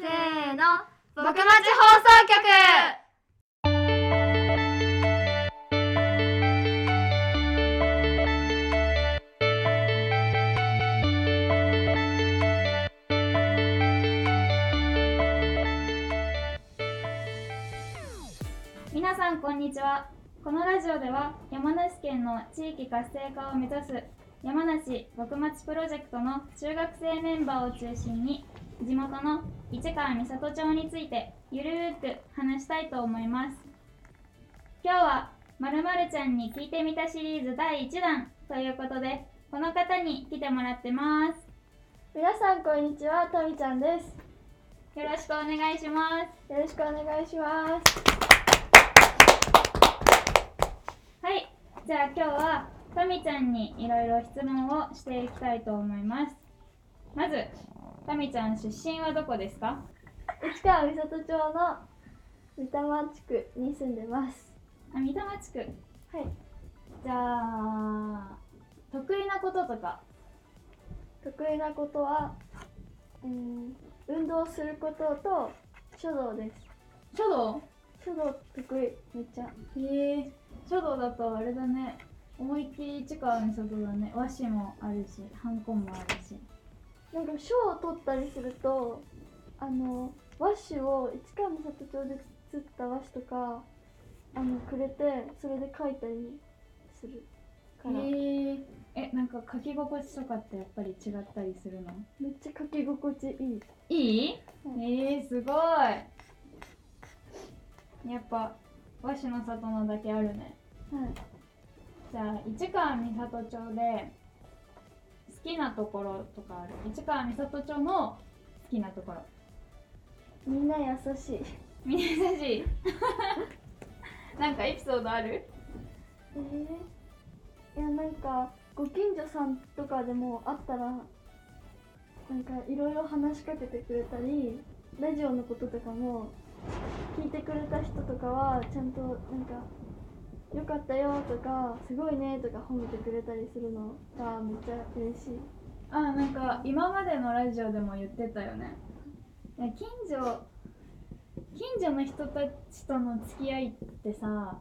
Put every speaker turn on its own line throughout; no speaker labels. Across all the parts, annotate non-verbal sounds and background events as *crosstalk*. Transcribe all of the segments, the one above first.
の僕町放送局皆さんこんにちはこのラジオでは山梨県の地域活性化を目指す山梨僕町プロジェクトの中学生メンバーを中心に地元の市川三郷町についてゆるーく話したいと思います今日はまるまるちゃんに聞いてみたシリーズ第1弾ということでこの方に来てもらってます
皆さんこんにちは、たみちゃんです。
よろしくお願いします
よろしくお願いします。
はい、じゃあ今日はとみちゃんにいろいろ質問をしていきたいと思います。まず、とみちゃん出身はどこですか
市川三郷町の三玉地区に住んでます。
あ、三玉地区。
はい。
じゃあ、得意なこととか。
得意なことは、うん、運動することと書道で
書道
す。書道得意、めっちゃ。
へえ、書道だとあれだね。思いっきり市川の書道だね。和紙もあるし、ハンコもあるし。
なんか賞を取ったりすると、あの和紙を市川三郷町で作った和紙とか、あのくれてそれで書いたりするから、
へえ。え、なんか書き心地とかってやっぱり違ったりするの
めっちゃ書き心地いい。
いい、
うん
えー、すごいやっぱ和紙の里のだけあるね
はい。
じゃあ市川三郷町で好きなところとかある市川三郷町の好きなところ
みんな優しい。
みんな優しい *laughs* なんかエピソードある
えー、いやなんかご近所さんとかでも会ったらなんかいろいろ話しかけてくれたりラジオのこととかも聞いてくれた人とかはちゃんとなんか「よかったよ」とか「すごいね」とか褒めてくれたりするのがめっちゃ嬉しい。
あなんか今までのラジオでも言ってたよねいや近所近所の人たちとの付き合いってさ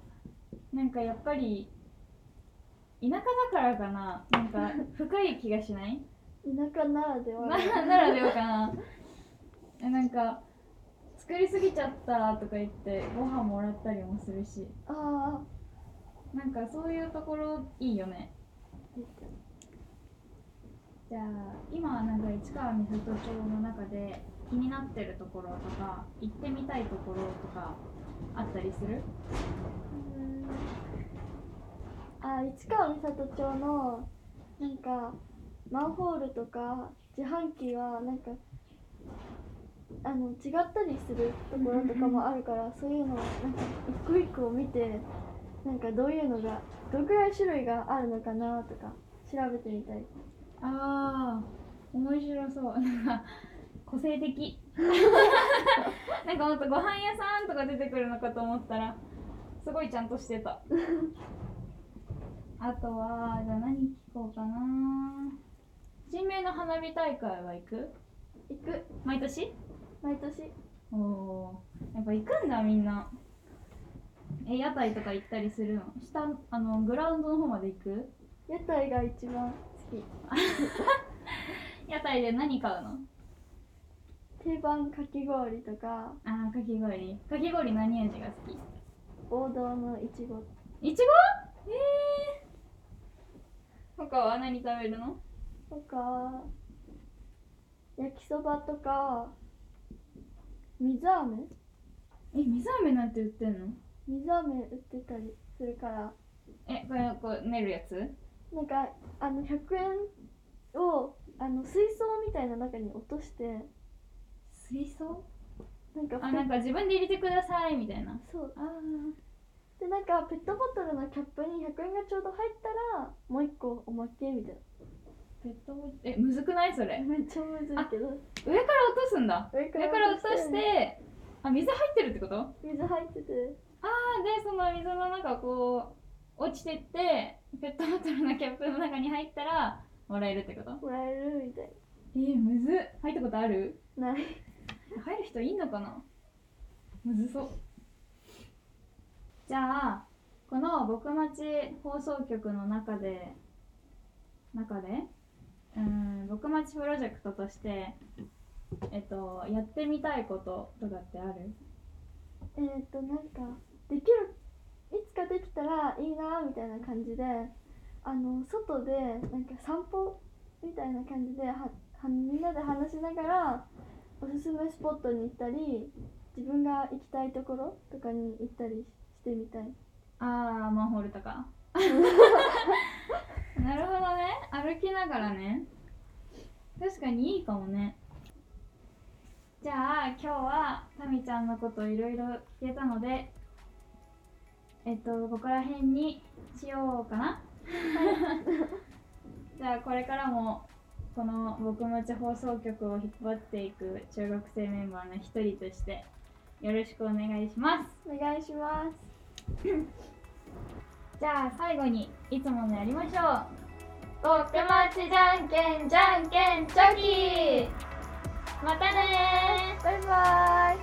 なんかやっぱり田舎だからかななんか深い気がしない
田舎ならでは
なならではかなえなんか作りすぎちゃったとか言ってご飯もらったりもするし
あ
なんかそういうところいいよね
あ
じゃあ今はなんか市川三郷町の中で気になってるところとか行ってみたいところとかあったりする
あ市川三郷町のなんかマンホールとか自販機はなんかあの違ったりするところとかもあるからそういうのをなんか一個一個を見てなんかどういうのがどのくらい種類があるのかなとか調べてみたい
ああ面白そう *laughs* なんか個性的 *laughs* なんかもっとご飯屋さんとか出てくるのかと思ったらすごいちゃんとしてた *laughs* あとはじゃあ何聞こうかな新名の花火大会は行く
行く
毎年
毎年
おおーやっぱ行くんだみんなえ屋台とか行ったりするの下あのグラウンドの方まで行く
屋台が一番好き
屋台で何買うの
定番かき氷とか
あーかき氷かき氷何味が好き
王道のいちご
いちごえー、他は何食べるの
とか焼きそばとか水飴
え水飴なんて売ってんの
水飴売ってたりするから
えこれこう練るやつ
なんかあの100円をあの水槽みたいな中に落として
水槽
なんか
あなんか自分で入れてくださいみたいな
そう
あー
でなんかペットボトルのキャップに100円がちょうど入ったらもう一個おまけみたい
ペットボトルえむずくないそれ
な *laughs* めっちゃむずいけど
上から落とすんだ
上
上から落としてあ水入ってるってこと
水入ってて
でその水の中こう落ちてってペットボトルのキャップの中に入ったらもらえるってこと
もらえるみたい
えー、むずっ入ったことある
なない
入る人いんのかなむずそうじゃあこの「僕町放送局」の中で中でうーん「僕町プロジェクト」としてえっとやってみたいこととかってある
えーっとなんかできるいつかできたらいいなみたいな感じであの外でなんか散歩みたいな感じでははみんなで話しながらおすすめスポットに行ったり自分が行きたいところとかに行ったりししてみたい
あーマンホールとかなるほどね歩きながらね確かにいいかもねじゃあ今日はタミちゃんのこといろいろ聞けたのでえっとここら辺にしようかな *laughs* じゃあこれからもこの僕町放送局を引っ張っていく中学生メンバーの一人としてよろしくお願いします
お願いします
じゃあ最後にいつものやりましょう。僕待ちじゃんけんじゃんけんチョキまたねー
バイバイ